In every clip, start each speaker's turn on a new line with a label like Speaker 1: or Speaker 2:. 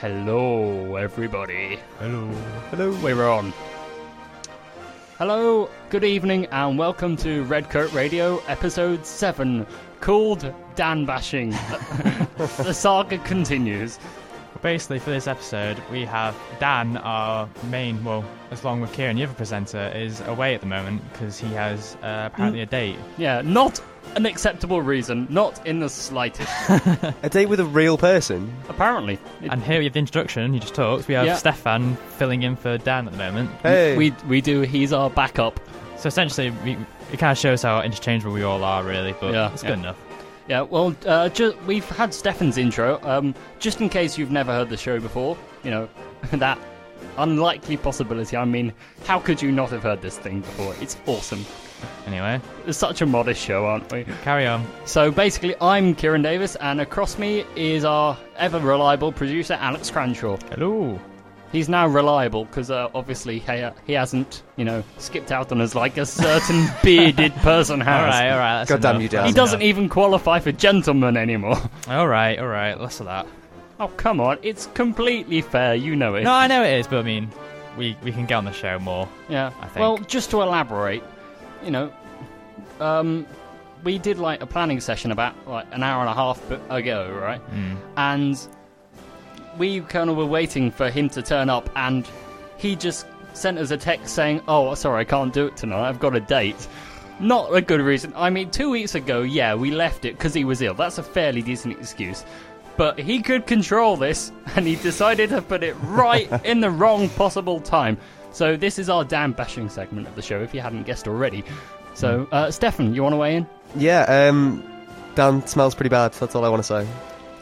Speaker 1: Hello, everybody.
Speaker 2: Hello.
Speaker 1: Hello, we're on. Hello, good evening, and welcome to Red Coat Radio, episode 7, called Dan Bashing. the saga continues.
Speaker 3: Basically, for this episode, we have Dan, our main, well, as long with Kieran, the other presenter, is away at the moment because he has uh, apparently a date.
Speaker 1: Yeah, not an acceptable reason, not in the slightest.
Speaker 4: A date with a real person?
Speaker 1: Apparently. It-
Speaker 3: And here we have the introduction. You just talked. We have
Speaker 1: Mm. Yeah.
Speaker 3: Stefan filling in for Dan at the moment.
Speaker 4: Hey.
Speaker 1: we, we do, he's our backup.
Speaker 3: So essentially, we, it kind of shows how interchangeable we all are, really. But
Speaker 1: Yeah,
Speaker 3: it's
Speaker 1: yeah.
Speaker 3: good enough.
Speaker 1: Yeah, well, uh, ju- we've had Stefan's intro. Um, just in case you've never heard the show before, you know, that unlikely possibility. I mean, how could you not have heard this thing before? It's awesome.
Speaker 3: Anyway,
Speaker 1: It's such a modest show, aren't we?
Speaker 3: carry on.
Speaker 1: So basically, I'm Kieran Davis, and across me is our ever reliable producer, Alex Cranshaw.
Speaker 3: Hello.
Speaker 1: He's now reliable because uh, obviously he, he hasn't, you know, skipped out on us like a certain bearded person
Speaker 3: All
Speaker 1: has.
Speaker 3: right, all right. that's
Speaker 4: God damn
Speaker 3: enough,
Speaker 4: you,
Speaker 3: that's
Speaker 4: Dan.
Speaker 1: He
Speaker 4: That's
Speaker 1: doesn't e-
Speaker 3: enough.
Speaker 1: even qualify for gentleman anymore.
Speaker 3: All right, all right. Less of that.
Speaker 1: Oh, come on. It's completely fair. You know it.
Speaker 3: No, I know it is, but I mean, we we can get on the show more.
Speaker 1: yeah.
Speaker 3: I think.
Speaker 1: Well, just to elaborate, you know, um, we did like a planning session about like an hour and a half b- ago, right?
Speaker 3: Mm.
Speaker 1: And we kind of were waiting for him to turn up, and he just sent us a text saying, "Oh, sorry, I can't do it tonight. I've got a date." Not a good reason. I mean, two weeks ago, yeah, we left it because he was ill. That's a fairly decent excuse. But he could control this, and he decided to put it right in the wrong possible time. So this is our damn bashing segment of the show, if you hadn't guessed already.
Speaker 3: Hmm.
Speaker 1: So, uh, Stefan, you want to weigh in?
Speaker 4: yeah, um, Dan smells pretty bad. That's all I want to say.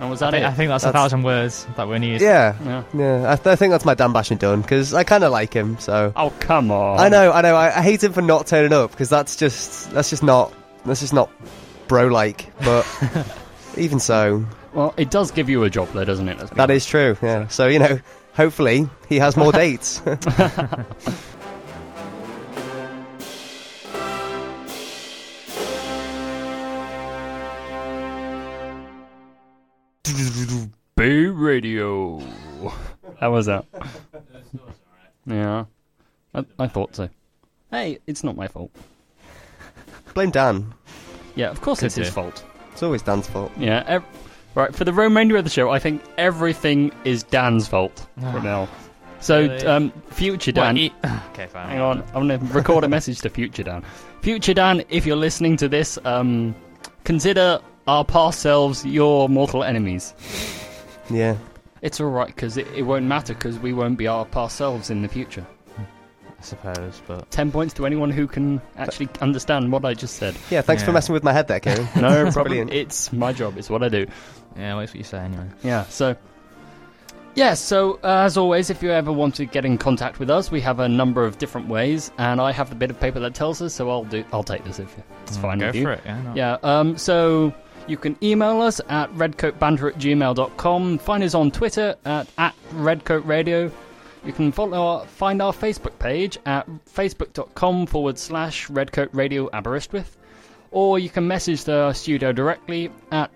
Speaker 1: And was
Speaker 3: I
Speaker 1: that
Speaker 3: think,
Speaker 1: it?
Speaker 3: I think that's, a
Speaker 4: That's-
Speaker 3: thousand words that we need.
Speaker 4: Yeah.
Speaker 1: Yeah.
Speaker 4: Yeah, I, th- I think that's my Dan bashing done, because I kind of like him, so.
Speaker 1: Oh come on!
Speaker 4: I know, I know, I, I hate him for not turning up, because that's just, that's just not, that's just not bro-like, but even so,
Speaker 1: Well, it does give you a job, though, doesn't it? Let's be
Speaker 4: that
Speaker 1: honest.
Speaker 4: is true, yeah. So, you know, hopefully he has more dates.
Speaker 1: Bay Radio. How was that? yeah, I, I thought so. Hey, it's not my fault.
Speaker 4: Blame Dan.
Speaker 1: Yeah, of course
Speaker 3: Could
Speaker 1: it's his
Speaker 3: do.
Speaker 1: fault.
Speaker 4: It's always Dan's fault.
Speaker 1: Yeah. Ev- right for the remainder of the show, I think everything is Dan's fault from now. So,
Speaker 3: Ah. Really?
Speaker 1: um, future Dan,
Speaker 3: Well, e- okay, fine.
Speaker 1: hang on, I'm gonna record a message to future Dan. Future Dan, if you're listening to this, um, consider our past selves your mortal enemies.
Speaker 4: Yeah.
Speaker 1: It's all right because it, it won't matter because we won't be our past selves in the future.
Speaker 3: I suppose, but
Speaker 1: Ten points to anyone who can actually understand what I just said.
Speaker 4: Yeah, thanks for
Speaker 3: Yeah.
Speaker 4: messing with my head there, Kieran.
Speaker 1: No problem.
Speaker 4: Brilliant.
Speaker 1: it's my job. It's what I do.
Speaker 3: yeah, well, it's what you say anyway.
Speaker 1: Yeah. So. Yeah, so uh, as always, if you ever want to get in contact with us, we have a number of different ways, and I have the bit of paper that tells us, so I'll do. I'll take this if it's fine
Speaker 3: Mm, Go
Speaker 1: with
Speaker 3: for
Speaker 1: you.
Speaker 3: it. Yeah. no.
Speaker 1: Yeah, um, so you can email us at redcoatbanter at gmail.com. Find us on Twitter at, at redcoatradio. You can follow our, find our Facebook page at facebook.com forward slash redcoatradio Aberystwyth. Or you can message the studio directly at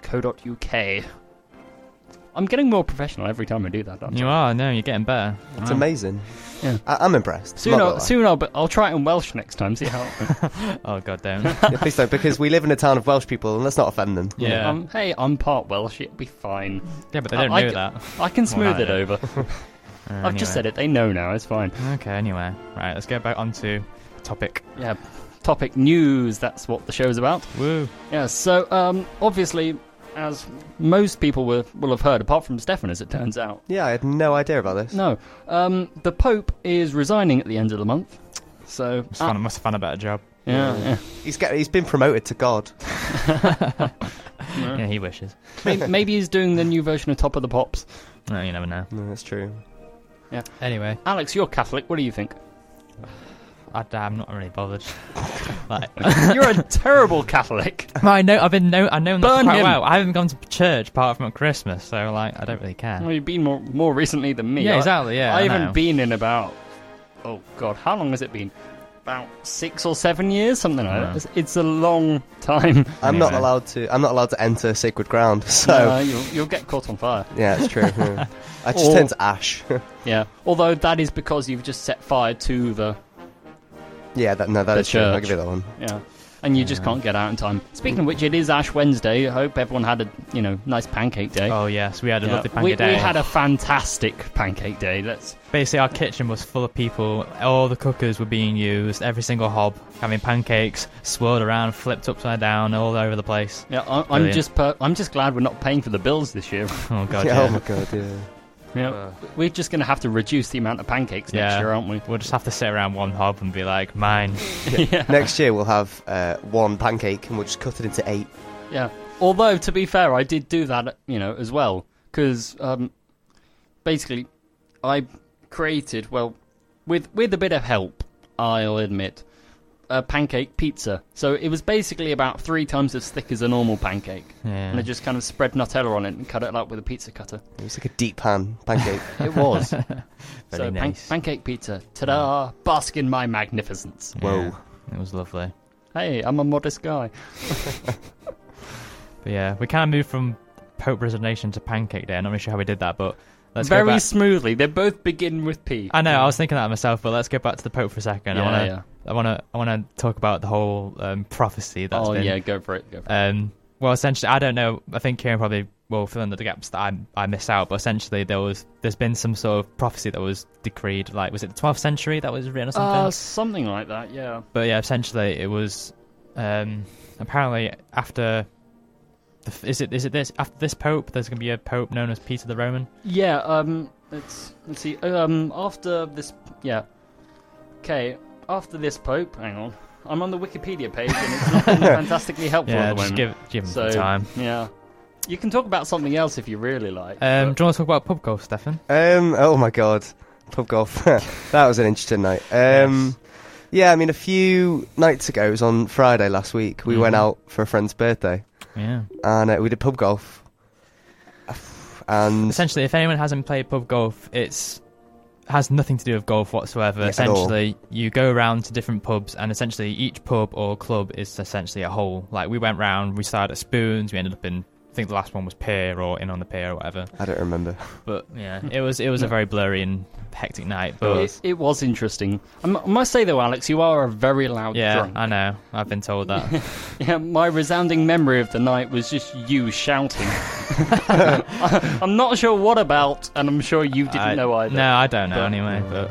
Speaker 1: bay-radio.co.uk. I'm getting more professional every time I do that, aren't I?
Speaker 3: You are. No, you're getting better.
Speaker 4: It's
Speaker 3: Wow.
Speaker 4: amazing.
Speaker 1: Yeah.
Speaker 4: I- I'm impressed.
Speaker 1: Soon,
Speaker 4: not gonna
Speaker 1: I'll,
Speaker 4: lie.
Speaker 1: soon I'll, but I'll try it in Welsh next time, see how...
Speaker 3: Oh god damn.
Speaker 4: Yeah, please don't, because we live in a town of Welsh people, and let's not offend them.
Speaker 3: yeah.
Speaker 1: Um, hey, I'm part Welsh, it'll be fine.
Speaker 3: yeah, but they
Speaker 1: I-
Speaker 3: don't
Speaker 1: I
Speaker 3: know
Speaker 1: c-
Speaker 3: that.
Speaker 1: I can smooth
Speaker 3: that
Speaker 1: it over. I've just said it. They know now. It's fine.
Speaker 3: Okay. Anyway, right. Let's get back onto the topic.
Speaker 1: Yeah. Topic news. That's what the show's about.
Speaker 3: Woo.
Speaker 1: Yeah. So, um, obviously, as most people will, will have heard, apart from Stefan, as it turns out,
Speaker 4: Yeah, I had no idea about this.
Speaker 1: no, um, the Pope is resigning at the end of the month. So,
Speaker 3: Must,
Speaker 1: uh,
Speaker 3: find, must have found a better job.
Speaker 1: yeah, yeah.
Speaker 4: He's get, he's been promoted to God.
Speaker 1: Mm.
Speaker 3: Yeah, he wishes.
Speaker 1: Maybe, maybe he's doing the new version of Top of the Pops.
Speaker 3: No, you never know.
Speaker 4: No, that's true.
Speaker 3: Anyway,
Speaker 1: Alex, you're Catholic. What do you think?
Speaker 3: I, am not really bothered. like,
Speaker 1: You're a terrible Catholic.
Speaker 3: I know. I've been know. I know
Speaker 1: Burn
Speaker 3: that quite
Speaker 1: him.
Speaker 3: well. I haven't gone to church apart from at Christmas, so like, I don't really care.
Speaker 1: Well, you've been more more recently than me.
Speaker 3: yeah,
Speaker 1: I-
Speaker 3: exactly. Yeah,
Speaker 1: I
Speaker 3: I
Speaker 1: haven't
Speaker 3: know.
Speaker 1: been in about. Oh God, how long has it been? about six or seven years, something like that. It's, it's a long time.
Speaker 4: I'm not
Speaker 3: Anyway.
Speaker 4: allowed to. I'm not allowed to enter sacred ground. So
Speaker 1: Uh, you'll, you'll get caught on fire.
Speaker 4: yeah, it's true. yeah. I just
Speaker 1: Or-
Speaker 4: turned to ash.
Speaker 1: Yeah. Although that is because you've just set fire to the
Speaker 4: yeah, that, no, that
Speaker 1: The
Speaker 4: is true. I'll
Speaker 1: church.
Speaker 4: give you that one.
Speaker 1: yeah, and you just
Speaker 3: Yeah.
Speaker 1: can't get out in time. Speaking of which, it is Ash Wednesday. I hope everyone had a you know nice pancake day.
Speaker 3: Oh yes, we had a
Speaker 1: Yeah.
Speaker 3: lovely pancake
Speaker 1: we,
Speaker 3: day.
Speaker 1: we had a fantastic pancake day. Let's
Speaker 3: Basically, our kitchen was full of people. All the cookers were being used. Every single hob having pancakes swirled around, flipped upside down, all over the place.
Speaker 1: yeah, I, I'm
Speaker 3: Brilliant.
Speaker 1: just per- I'm just glad we're not paying for the bills this year.
Speaker 3: Oh god,
Speaker 4: Yeah,
Speaker 3: yeah.
Speaker 4: Oh my god, yeah.
Speaker 1: Yeah, we're just going to have to reduce the amount of pancakes next
Speaker 3: Uh. Yeah.
Speaker 1: year, aren't we?
Speaker 3: We'll just have to sit around one hob and be like, mine.
Speaker 1: yeah.
Speaker 4: Next year we'll have uh, one pancake and we'll just cut it into eight.
Speaker 1: Yeah. Although to be fair, I did do that, you know, as well, because um, basically, I created well, with with a bit of help, I'll admit, a pancake pizza. So it was basically about three times as thick as a normal pancake, and I
Speaker 3: Yeah.
Speaker 1: just kind of spread Nutella on it and cut it up with a pizza cutter.
Speaker 4: It was like a deep pan pancake.
Speaker 1: It was so
Speaker 3: Very
Speaker 1: pan-
Speaker 3: nice.
Speaker 1: pancake pizza. Ta-da! Bask in my magnificence.
Speaker 4: Whoa.
Speaker 3: It was lovely.
Speaker 1: Hey, I'm a modest guy.
Speaker 3: But yeah, we kind of moved from Pope Resignation to Pancake Day. I'm not really sure how we did that, but let's go
Speaker 1: Very
Speaker 3: back.
Speaker 1: smoothly. They both begin with P.
Speaker 3: I know, I was thinking that myself, but let's go back to the Pope for a second.
Speaker 1: Yeah,
Speaker 3: I want to,
Speaker 1: yeah.
Speaker 3: I want to, I want to talk about the whole um, prophecy that's
Speaker 1: oh
Speaker 3: been.
Speaker 1: yeah, go for it. Go for it.
Speaker 3: Um, well, essentially, I don't know. I think Kieran probably will fill in the gaps that I I miss out. But essentially, there was there's been some sort of prophecy that was decreed. Like, was it the 12th century that was written or something?
Speaker 1: Uh, something like that, yeah.
Speaker 3: but yeah, essentially it was um, apparently after. The, is it is it this after this pope? There's going to be a pope known as Peter the Roman.
Speaker 1: Yeah, um, let's, let's see. Um, after this, yeah. Okay, after this Pope, hang on. I'm on the Wikipedia page and it's not been fantastically helpful
Speaker 3: yeah,
Speaker 1: at the
Speaker 3: just
Speaker 1: moment.
Speaker 3: give give him
Speaker 1: so,
Speaker 3: some time.
Speaker 1: yeah. You can talk about something else if you really like.
Speaker 3: Um,
Speaker 1: but-
Speaker 3: do you want to talk about pub golf, Stefan?
Speaker 4: Um. Oh my god, pub golf. that was an interesting night. Um. Yeah, I mean, a few nights ago, it was on Friday last week. We went
Speaker 3: Mhm.
Speaker 4: out for a friend's birthday,
Speaker 3: Yeah.
Speaker 4: and uh, we did pub golf. And
Speaker 3: Essentially, if anyone hasn't played pub golf, it's has nothing to do with golf whatsoever.
Speaker 4: Yeah, at all.
Speaker 3: essentially, you go around to different pubs, and essentially each pub or club is essentially a hole. Like we went round, we started at Spoons, we ended up in I think the last one was Pier or in on the Pier or whatever.
Speaker 4: I don't remember.
Speaker 3: But yeah, it was it was a very blurry and hectic night. But
Speaker 1: it, it was interesting. I mu- I must say though, Alex, you are a very loud
Speaker 3: yeah,
Speaker 1: drunk.
Speaker 3: I know. I've been told that.
Speaker 1: Yeah, my resounding memory of the night was just you shouting. I'm not sure what about, and I'm sure you didn't
Speaker 3: I-
Speaker 1: know either.
Speaker 3: No, I don't know
Speaker 1: But-
Speaker 3: anyway. But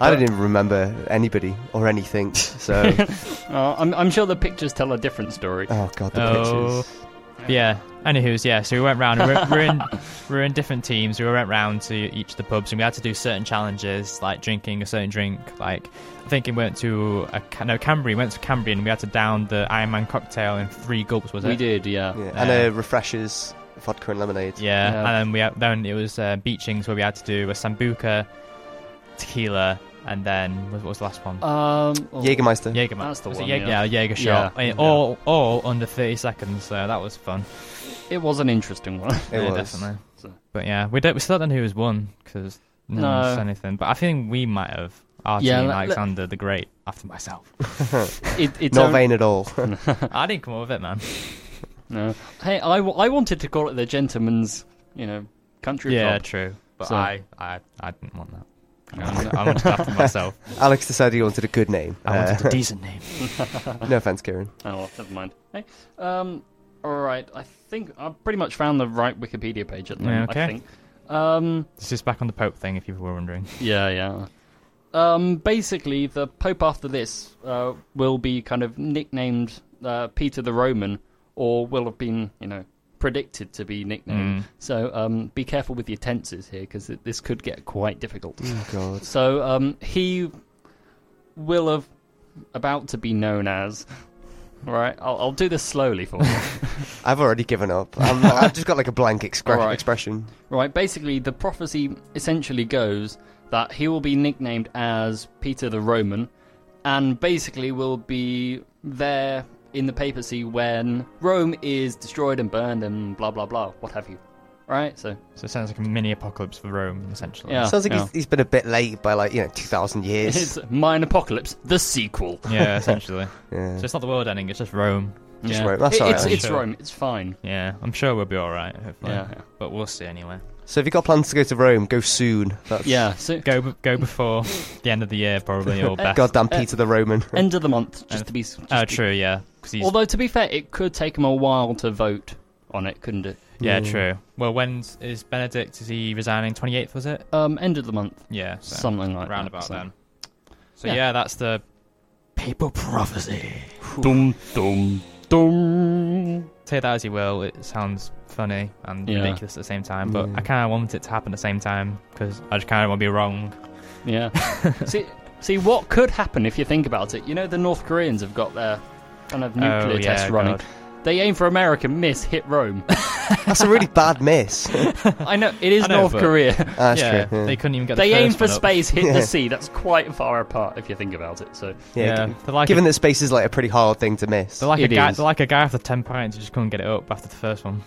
Speaker 4: I don't even remember anybody or anything. So,
Speaker 1: Uh, I'm, I'm sure the pictures tell a different story.
Speaker 3: Uh,
Speaker 4: oh god, the
Speaker 3: Oh.
Speaker 4: pictures.
Speaker 3: But Yeah. Anywho's, yeah. So we went round. We were, we're in, we're in different teams. We went round to each of the pubs, and we had to do certain challenges, like drinking a certain drink. Like I think it went to a Ca- no Cambry. Went to Cambry, and we had to down the Iron Man cocktail in three gulps. Was it?
Speaker 1: we did, yeah.
Speaker 4: Yeah,
Speaker 3: Yeah.
Speaker 4: and uh, refreshers, vodka and lemonade.
Speaker 3: Yeah.
Speaker 1: Yeah.
Speaker 3: And then we had, then it was uh, Beechings where we had to do a sambuca, tequila, and then what was the last one?
Speaker 1: Um, oh,
Speaker 4: Jägermeister.
Speaker 3: Jaeger,
Speaker 1: that's the
Speaker 3: was it
Speaker 1: one,
Speaker 3: Jaeg-
Speaker 1: yeah.
Speaker 3: yeah, Jaeger shot.
Speaker 1: Yeah.
Speaker 3: And All, all under thirty seconds. So that was fun.
Speaker 1: It was an interesting one.
Speaker 4: it
Speaker 3: yeah,
Speaker 4: was.
Speaker 3: definitely.
Speaker 1: So-
Speaker 3: But yeah, we don't. We still don't know who has won because no,
Speaker 1: No.
Speaker 3: one said anything. But I think we might have. Our
Speaker 1: Yeah,
Speaker 3: team,
Speaker 1: le- le-
Speaker 3: Alexander the Great, after myself.
Speaker 1: It, it's
Speaker 3: um,
Speaker 4: Not
Speaker 1: own-
Speaker 4: vain at all.
Speaker 3: I didn't come up with it, man.
Speaker 1: No. Hey, I, w- I wanted to call it the gentleman's, you know, country
Speaker 3: yeah,
Speaker 1: club.
Speaker 3: true. But
Speaker 1: So-
Speaker 3: I, I, I didn't want that. I wanted- I wanted it after myself.
Speaker 4: Alex decided he wanted a good name.
Speaker 3: I
Speaker 4: Uh,
Speaker 3: wanted a decent name.
Speaker 4: no offense, Kieran.
Speaker 1: Oh, well, never mind. Hey, um, all right. I think I pretty much found the right Wikipedia page at the
Speaker 3: Yeah,
Speaker 1: moment. I
Speaker 3: okay.
Speaker 1: think. Um,
Speaker 3: This is back on the Pope thing, if you were wondering.
Speaker 1: Yeah, yeah. Um, basically, the Pope after this uh, will be kind of nicknamed uh, Peter the Roman, or will have been, you know, predicted to be nicknamed.
Speaker 3: Mm.
Speaker 1: So um, be careful with your tenses here, because this could get quite difficult.
Speaker 4: Oh god.
Speaker 1: So um, he will have about to be known as. Right, I'll, I'll do this slowly for you.
Speaker 4: I've already given up. I'm, I've just got like a blank expre-
Speaker 1: Alright.
Speaker 4: expression.
Speaker 1: Right, basically, the prophecy essentially goes that he will be nicknamed as Peter the Roman and basically will be there in the papacy when Rome is destroyed and burned and blah blah blah, what have you. right? So
Speaker 3: So it sounds like a mini apocalypse for Rome, essentially.
Speaker 1: Ah, Yeah.
Speaker 4: Sounds like he's, he's been a bit late by like you know two thousand years.
Speaker 1: it's Mine Apocalypse, the sequel.
Speaker 3: Yeah, essentially.
Speaker 4: yeah.
Speaker 3: so it's not the world ending; it's just Rome.
Speaker 4: Just
Speaker 1: yeah.
Speaker 4: Rome. That's
Speaker 1: It-
Speaker 4: all right,
Speaker 1: it's,
Speaker 4: I'm
Speaker 1: it's
Speaker 3: sure.
Speaker 1: Rome. It's fine.
Speaker 3: Yeah, I'm sure we'll be all right. Hopefully,
Speaker 1: Yeah, yeah.
Speaker 3: but we'll see anyway.
Speaker 4: So if you've got plans to go to Rome, go soon. That's
Speaker 1: Yeah. So
Speaker 3: Go, b- go before the end of the year, probably or best.
Speaker 4: Goddamn Peter the Roman.
Speaker 1: end of the month, just to be. Just
Speaker 3: Oh,
Speaker 1: to-
Speaker 3: true. Yeah, 'cause he's
Speaker 1: Although to be fair, it could take him a while to vote on it, couldn't it?
Speaker 3: yeah,
Speaker 4: Mm.
Speaker 3: true. Well, when is Benedict? Is he resigning? Twenty eighth was it?
Speaker 1: Um, end of the month,
Speaker 3: Yeah, so
Speaker 1: something like
Speaker 3: round
Speaker 1: that.
Speaker 3: about
Speaker 1: so.
Speaker 3: then. So
Speaker 1: Yeah.
Speaker 3: yeah. that's the papal prophecy.
Speaker 1: Dum dum dum.
Speaker 3: Take that as you will. It sounds funny and
Speaker 1: Yeah.
Speaker 3: ridiculous at the same time, but
Speaker 4: Yeah.
Speaker 3: I kind of want it to happen at the same time because I just kind of want to be wrong.
Speaker 1: Yeah. see, see what could happen if you think about it. You know, the North Koreans have got their kind of nuclear
Speaker 3: oh, yeah,
Speaker 1: test running.
Speaker 3: God.
Speaker 1: They aim for America, miss, hit Rome.
Speaker 4: That's a really bad miss.
Speaker 1: I know it is
Speaker 3: I know,
Speaker 1: North
Speaker 3: but-
Speaker 1: Korea.
Speaker 4: That's
Speaker 3: yeah,
Speaker 4: true. Yeah.
Speaker 3: they couldn't even get.
Speaker 1: They
Speaker 3: the
Speaker 1: aim
Speaker 3: first
Speaker 1: for
Speaker 3: one up.
Speaker 1: space, hit
Speaker 4: Yeah.
Speaker 1: the sea. That's quite far apart if you think about it. So
Speaker 4: Yeah,
Speaker 3: Yeah,
Speaker 4: g-
Speaker 3: they're like
Speaker 4: Given
Speaker 3: a,
Speaker 4: that space is like a pretty hard thing to miss.
Speaker 3: they're like a
Speaker 1: It
Speaker 3: guy,
Speaker 1: is.
Speaker 3: they're like a guy after ten pints who just couldn't get it up after the first one.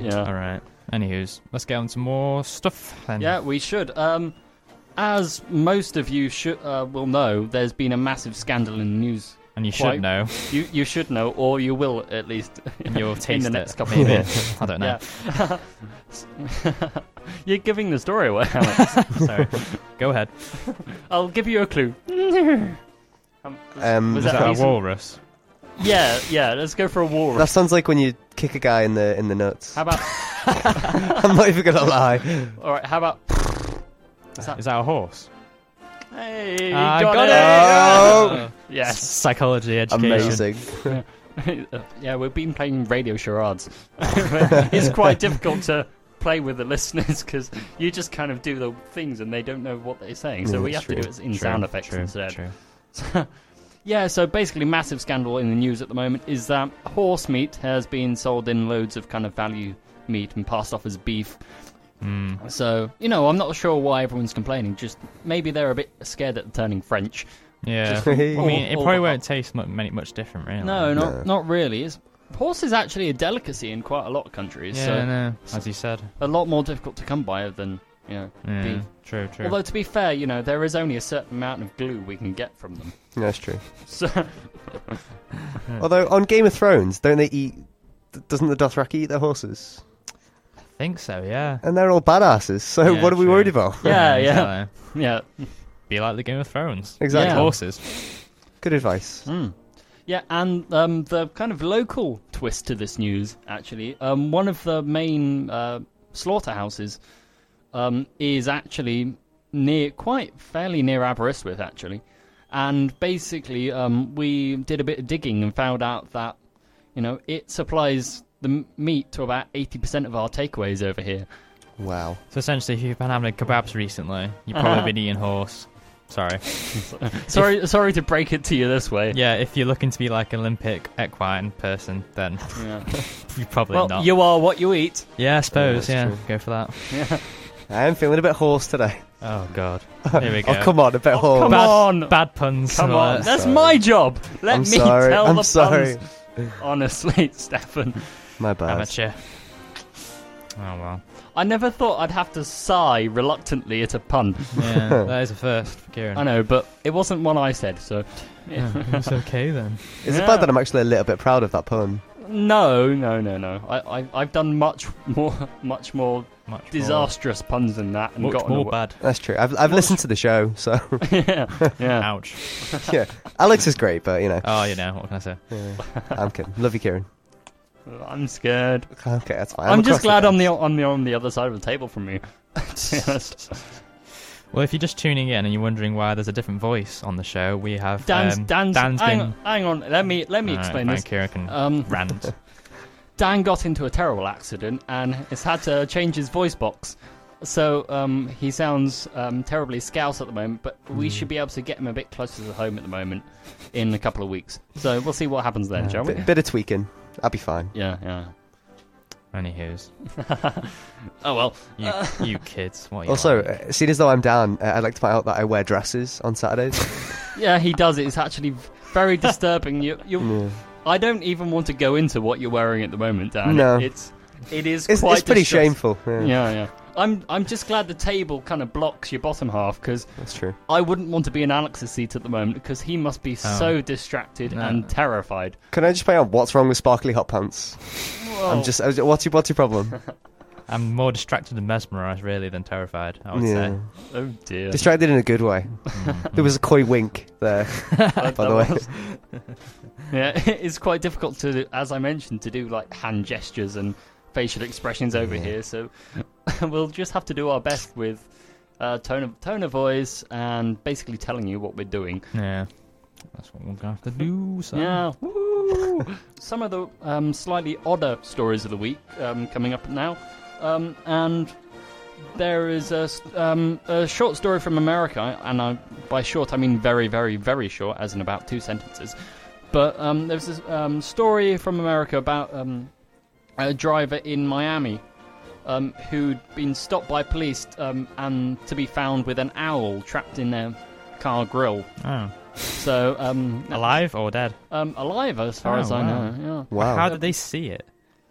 Speaker 1: yeah,
Speaker 3: All right. Anywho's, let's get on to more stuff then.
Speaker 1: yeah, we should. Um, as most of you should uh, will know, there's been a massive scandal in the news.
Speaker 3: and you
Speaker 1: quite-
Speaker 3: should know.
Speaker 1: You you should know, or you will at least
Speaker 3: You'll taste
Speaker 1: in the
Speaker 3: it.
Speaker 1: next couple of
Speaker 3: Maybe.
Speaker 1: minutes.
Speaker 3: I don't know.
Speaker 1: Yeah. You're giving the story away, Alex.
Speaker 3: Sorry. Go ahead.
Speaker 1: I'll give you a clue. Um,
Speaker 4: Um,
Speaker 1: was
Speaker 3: Is
Speaker 1: that
Speaker 3: that a
Speaker 1: reason-
Speaker 3: walrus?
Speaker 1: Yeah, yeah. Let's go for a war.
Speaker 4: that sounds like when you kick a guy in the in the nuts.
Speaker 1: How about?
Speaker 4: I'm not even gonna lie.
Speaker 1: All right. How about? Is that-
Speaker 3: Is that a horse?
Speaker 1: Hey, you
Speaker 3: I
Speaker 1: got,
Speaker 3: got
Speaker 4: Oh!
Speaker 1: it. Yes.
Speaker 3: Psychology education.
Speaker 4: Amazing.
Speaker 1: Uh, yeah, we've been playing radio charades. it's quite difficult to play with the listeners because you just kind of do the things and they don't know what they're saying. So
Speaker 4: Yeah,
Speaker 1: we
Speaker 4: that's
Speaker 1: have to
Speaker 4: true.
Speaker 1: do it in
Speaker 3: True,
Speaker 1: sound effects
Speaker 3: true,
Speaker 1: instead.
Speaker 3: true.
Speaker 1: Yeah, so basically, massive scandal in the news at the moment is that horse meat has been sold in loads of kind of value meat and passed off as beef.
Speaker 3: Mm.
Speaker 1: So, you know, I'm not sure why everyone's complaining. Just maybe they're a bit scared at turning French.
Speaker 3: Yeah.
Speaker 4: I
Speaker 3: I mean, it
Speaker 1: Or-
Speaker 3: probably
Speaker 1: or-
Speaker 3: won't taste much, many, much different, really.
Speaker 1: No, not
Speaker 4: No.
Speaker 1: not really. It's, horse is actually a delicacy in quite a lot of countries.
Speaker 3: Yeah,
Speaker 1: so
Speaker 3: no. As you said.
Speaker 1: a lot more difficult to come by than you know.
Speaker 3: Yeah,
Speaker 1: Beef.
Speaker 3: True, true.
Speaker 1: Although to be fair, you know there is only a certain amount of glue we can get from them.
Speaker 4: Yeah, that's true.
Speaker 1: So
Speaker 4: Although on Game of Thrones, don't they eat? d- Doesn't the Dothraki eat their horses?
Speaker 3: I think so, yeah.
Speaker 4: And they're all badasses. So
Speaker 3: Yeah,
Speaker 4: what are we
Speaker 3: true.
Speaker 4: worried about?
Speaker 1: yeah, yeah,
Speaker 3: Exactly.
Speaker 1: yeah,
Speaker 3: uh, Be like the Game of Thrones.
Speaker 4: Exactly.
Speaker 1: Yeah.
Speaker 3: Horses.
Speaker 4: Good advice.
Speaker 1: Hmm. yeah. And um, the kind of local twist to this news, actually, um, one of the main uh, slaughterhouses um, is actually near, quite fairly near Aberystwyth, actually. And basically, um, we did a bit of digging and found out that, you know, it supplies the m- meat to about 80% of our takeaways over here.
Speaker 4: Wow.
Speaker 3: So essentially, if you've been having kebabs recently, you've
Speaker 1: Uh-huh.
Speaker 3: probably been eating horse. Sorry.
Speaker 1: Sorry, sorry to break it to you this way.
Speaker 3: Yeah, if you're looking to be like an Olympic equine person, then
Speaker 1: Yeah.
Speaker 3: you're probably
Speaker 1: Well,
Speaker 3: not.
Speaker 1: you are what you eat.
Speaker 3: yeah, I suppose.
Speaker 4: that's
Speaker 3: Yeah,
Speaker 4: true.
Speaker 3: go for that.
Speaker 1: Yeah.
Speaker 4: I am feeling a bit hoarse today.
Speaker 3: Oh God, here we go.
Speaker 4: Oh come on, a bit hoarse.
Speaker 1: come
Speaker 3: Bad,
Speaker 1: on.
Speaker 3: bad puns.
Speaker 1: Come
Speaker 3: and all
Speaker 1: on,
Speaker 3: that.
Speaker 1: that's
Speaker 4: sorry.
Speaker 1: my job. Let
Speaker 4: I'm
Speaker 1: me
Speaker 4: sorry.
Speaker 1: tell
Speaker 4: I'm
Speaker 1: the
Speaker 4: sorry.
Speaker 1: puns. Honestly, Stefan,
Speaker 4: My bad.
Speaker 3: amateur. Oh well.
Speaker 1: I never thought I'd have to sigh reluctantly at a pun.
Speaker 3: Yeah, that is a first for Kieran.
Speaker 1: I know, but it wasn't one I said, so.
Speaker 3: Yeah, it's okay then.
Speaker 4: Is
Speaker 1: Yeah.
Speaker 4: it bad that I'm actually a little bit proud of that pun?
Speaker 1: No, no, no, no. I, I, I've done much more, much more
Speaker 3: Much more-
Speaker 1: disastrous puns than that, and
Speaker 3: Much
Speaker 1: gotten
Speaker 3: more
Speaker 1: away-
Speaker 3: bad.
Speaker 4: That's true. I've, I've listened to the show, so
Speaker 1: yeah, yeah.
Speaker 3: Ouch.
Speaker 4: yeah. Alex is great, but you know,
Speaker 3: Oh, you know what can I say?
Speaker 4: yeah. I'm kidding. Love you, Kieran.
Speaker 1: I'm scared.
Speaker 4: Okay, that's fine.
Speaker 1: I'm,
Speaker 4: across
Speaker 1: just glad
Speaker 4: fence.
Speaker 1: I'm the on the on the other side of the table from you. to be honest.
Speaker 3: Well, if you're just tuning in and you're wondering why there's a different voice on the show, we have
Speaker 1: Dan's,
Speaker 3: um,
Speaker 1: Dan's,
Speaker 3: Dan's
Speaker 1: hang,
Speaker 3: been.
Speaker 1: hang on, let me let me
Speaker 3: Alright,
Speaker 1: explain
Speaker 3: fine,
Speaker 1: this.
Speaker 3: Kieran can
Speaker 1: Um,
Speaker 3: rant.
Speaker 1: Dan got into a terrible accident and has had to change his voice box. So um, he sounds um, terribly scouse at the moment, but
Speaker 4: Hmm.
Speaker 1: we should be able to get him a bit closer to home at the moment in a couple of weeks. So we'll see what happens then,
Speaker 3: Yeah,
Speaker 1: shall we?
Speaker 4: Uh, Bit, bit of tweaking. I'll be fine.
Speaker 1: Yeah, yeah.
Speaker 3: Anywho's,
Speaker 1: Oh well.
Speaker 3: you, you kids. What are you
Speaker 4: Also,
Speaker 3: like?
Speaker 4: uh, seeing as though I'm down, uh, I'd like to point out that I wear dresses on Saturdays.
Speaker 1: Yeah, he does it. It's actually v- very disturbing. You, you.
Speaker 4: Yeah.
Speaker 1: I don't even want to go into what you're wearing at the moment, Dan.
Speaker 4: No.
Speaker 1: It's It is
Speaker 4: It's,
Speaker 1: quite
Speaker 4: it's pretty
Speaker 1: distress-
Speaker 4: shameful. Yeah,
Speaker 1: Yeah, yeah. I'm I'm just glad the table kind of blocks your bottom half because
Speaker 4: that's true.
Speaker 1: I wouldn't want to be in Alex's seat at the moment because he must be
Speaker 4: Oh.
Speaker 1: so distracted
Speaker 3: No.
Speaker 1: and terrified.
Speaker 4: Can I just point out what's wrong with sparkly hot pants?
Speaker 1: Whoa.
Speaker 4: I'm just. I was- What's your what's your problem?
Speaker 3: I'm more distracted and mesmerised, really, than terrified, I would
Speaker 4: yeah,
Speaker 1: oh dear.
Speaker 4: distracted in a good way. there was a coy wink there.
Speaker 1: By
Speaker 4: the way.
Speaker 1: yeah, it's quite difficult to, as I mentioned, to do like hand gestures and facial expressions over here. So we'll just have to do our best with uh, tone of tone of voice and basically telling you what we're doing.
Speaker 3: say. Yeah. That's what we're going to have to do, so.
Speaker 1: Yeah. Woo! Some of the um, slightly odder stories of the week um, coming up now. Um, and there is a, s- um, a short story from America, and I, by short I mean very, very, very short, as in about two sentences. But um, there's this um, story from America about um, a driver in Miami um, who'd been stopped by police um, and to be found with an owl trapped in their car grill.
Speaker 3: Oh.
Speaker 1: So um,
Speaker 3: Alive or dead?
Speaker 1: um, alive, as far
Speaker 3: Oh,
Speaker 1: as I
Speaker 3: wow.
Speaker 1: know.
Speaker 4: Wow.
Speaker 3: How did they see it?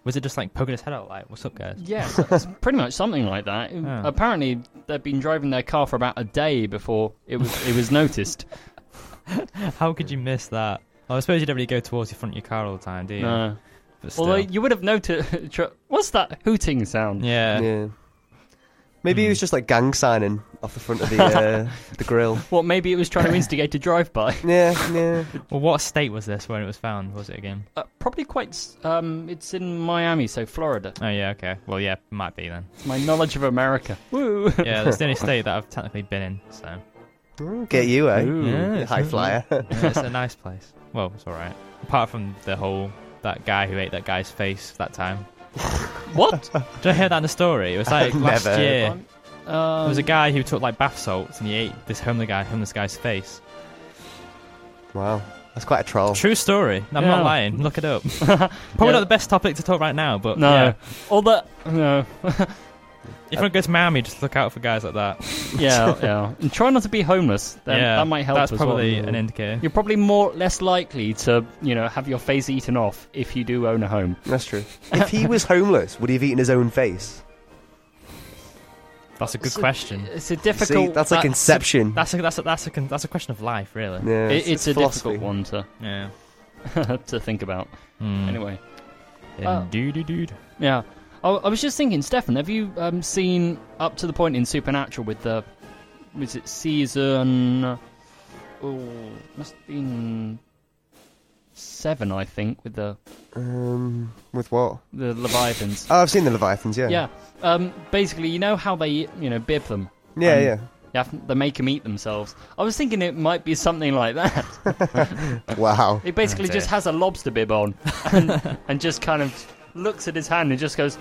Speaker 3: Was it just like poking its head out, like, what's up, guys?
Speaker 1: Yeah. Yes, it's pretty much something like that.
Speaker 3: Oh.
Speaker 1: Apparently, they'd been driving their car for about a day before it was it was noticed.
Speaker 3: How could you miss that? Well, I suppose you don't really go towards the front of your car all the time, do you?
Speaker 1: No.
Speaker 3: But still.
Speaker 1: Although you would have noticed. What's that hooting sound?
Speaker 3: yeah.
Speaker 4: yeah. Maybe it
Speaker 1: Hmm.
Speaker 4: was just like gang signing off the front of the uh, the grill.
Speaker 1: Well, maybe it was trying to instigate a drive-by.
Speaker 4: Yeah, yeah.
Speaker 3: Well, what state was this when it was found? Was it again?
Speaker 1: Uh, probably quite. s- Um, it's in Miami, so Florida.
Speaker 3: Oh, yeah, okay. Well, yeah, might be then.
Speaker 1: My knowledge of America. Woo.
Speaker 3: Yeah, that's the only state that I've technically been in, so.
Speaker 4: Get you, eh?
Speaker 1: Ooh. Hmm.
Speaker 3: Yeah,
Speaker 4: You
Speaker 3: it's
Speaker 4: High
Speaker 3: not-
Speaker 4: flyer.
Speaker 3: Yeah, it's a nice place. Well, it's alright. Apart from the whole that guy who ate that guy's face that time.
Speaker 1: What?
Speaker 3: Did I hear that in the story? It was like last
Speaker 4: Never.
Speaker 3: year.
Speaker 1: Um, um,
Speaker 3: There was a guy who took like bath salts and he ate this homeless guy, homeless guy's face.
Speaker 4: wow, that's quite a troll.
Speaker 3: True story. I'm
Speaker 1: Yeah.
Speaker 3: not lying. Look it up. Probably
Speaker 1: Yeah.
Speaker 3: not the best topic to talk right now, but
Speaker 1: No.
Speaker 3: yeah.
Speaker 1: All that. No.
Speaker 3: if you want to go to Miami, just look out for guys like that.
Speaker 1: yeah, yeah. And try not to be homeless. Then
Speaker 3: yeah,
Speaker 1: that might help.
Speaker 3: That's
Speaker 1: as
Speaker 3: probably
Speaker 1: well.
Speaker 3: an indicator.
Speaker 1: You're probably more less likely to, you know, have your face eaten off if you do own a home.
Speaker 4: That's true. if he was homeless, would he have eaten his own face?
Speaker 3: That's a good
Speaker 1: So-
Speaker 3: question.
Speaker 1: It's a
Speaker 4: See,
Speaker 1: difficult.
Speaker 4: that's like
Speaker 3: that's-
Speaker 4: Inception.
Speaker 3: That's a that's a that's a con- that's a question of life, really.
Speaker 4: yeah,
Speaker 1: it- it's a
Speaker 4: philosophy.
Speaker 1: difficult one to
Speaker 3: Yeah.
Speaker 1: to think about.
Speaker 3: Hmm.
Speaker 1: Anyway, uh,
Speaker 3: Indeed, dude.
Speaker 1: yeah. I, I was just thinking, Stefan, have you um, seen up to the point in Supernatural with the was it season? Oh, must have been seven, I think, with the
Speaker 4: Um, with what?
Speaker 1: the Leviathans.
Speaker 4: Oh, I've seen the Leviathans. Yeah,
Speaker 1: yeah. Um, basically, you know how they you know bib them.
Speaker 4: yeah,
Speaker 1: Um,
Speaker 4: yeah.
Speaker 1: They, have, they make them eat themselves. I was thinking it might be something like that.
Speaker 4: Wow.
Speaker 1: He basically
Speaker 3: Oh, dear.
Speaker 1: just has a lobster bib on and, and just kind of looks at his hand and just goes,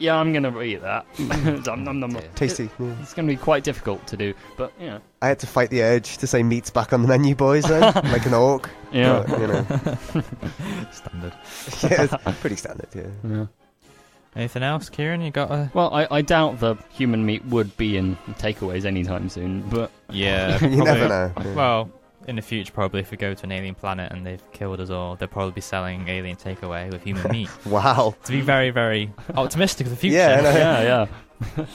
Speaker 1: Yeah, I'm going to eat that. Nom, nom, nom.
Speaker 3: Dear.
Speaker 4: Tasty. yeah.
Speaker 1: It's going to be quite difficult to do, but you know.
Speaker 4: I had to fight the urge to say meat's back on the menu, boys. Then, like an orc.
Speaker 1: Yeah.
Speaker 4: But, you know,
Speaker 3: Standard.
Speaker 4: yeah, it's pretty standard. Yeah.
Speaker 1: yeah.
Speaker 3: Anything else, Kieran? You got a
Speaker 1: Well, I, I doubt the human meat would be in takeaways anytime soon, but
Speaker 3: yeah?
Speaker 4: you never know. yeah.
Speaker 3: Well, in the future, probably if we go to an alien planet and they've killed us all, they'll probably be selling alien takeaway with human meat.
Speaker 4: Wow.
Speaker 3: to be very, very optimistic of the future.
Speaker 4: Yeah, I know.
Speaker 1: yeah, yeah.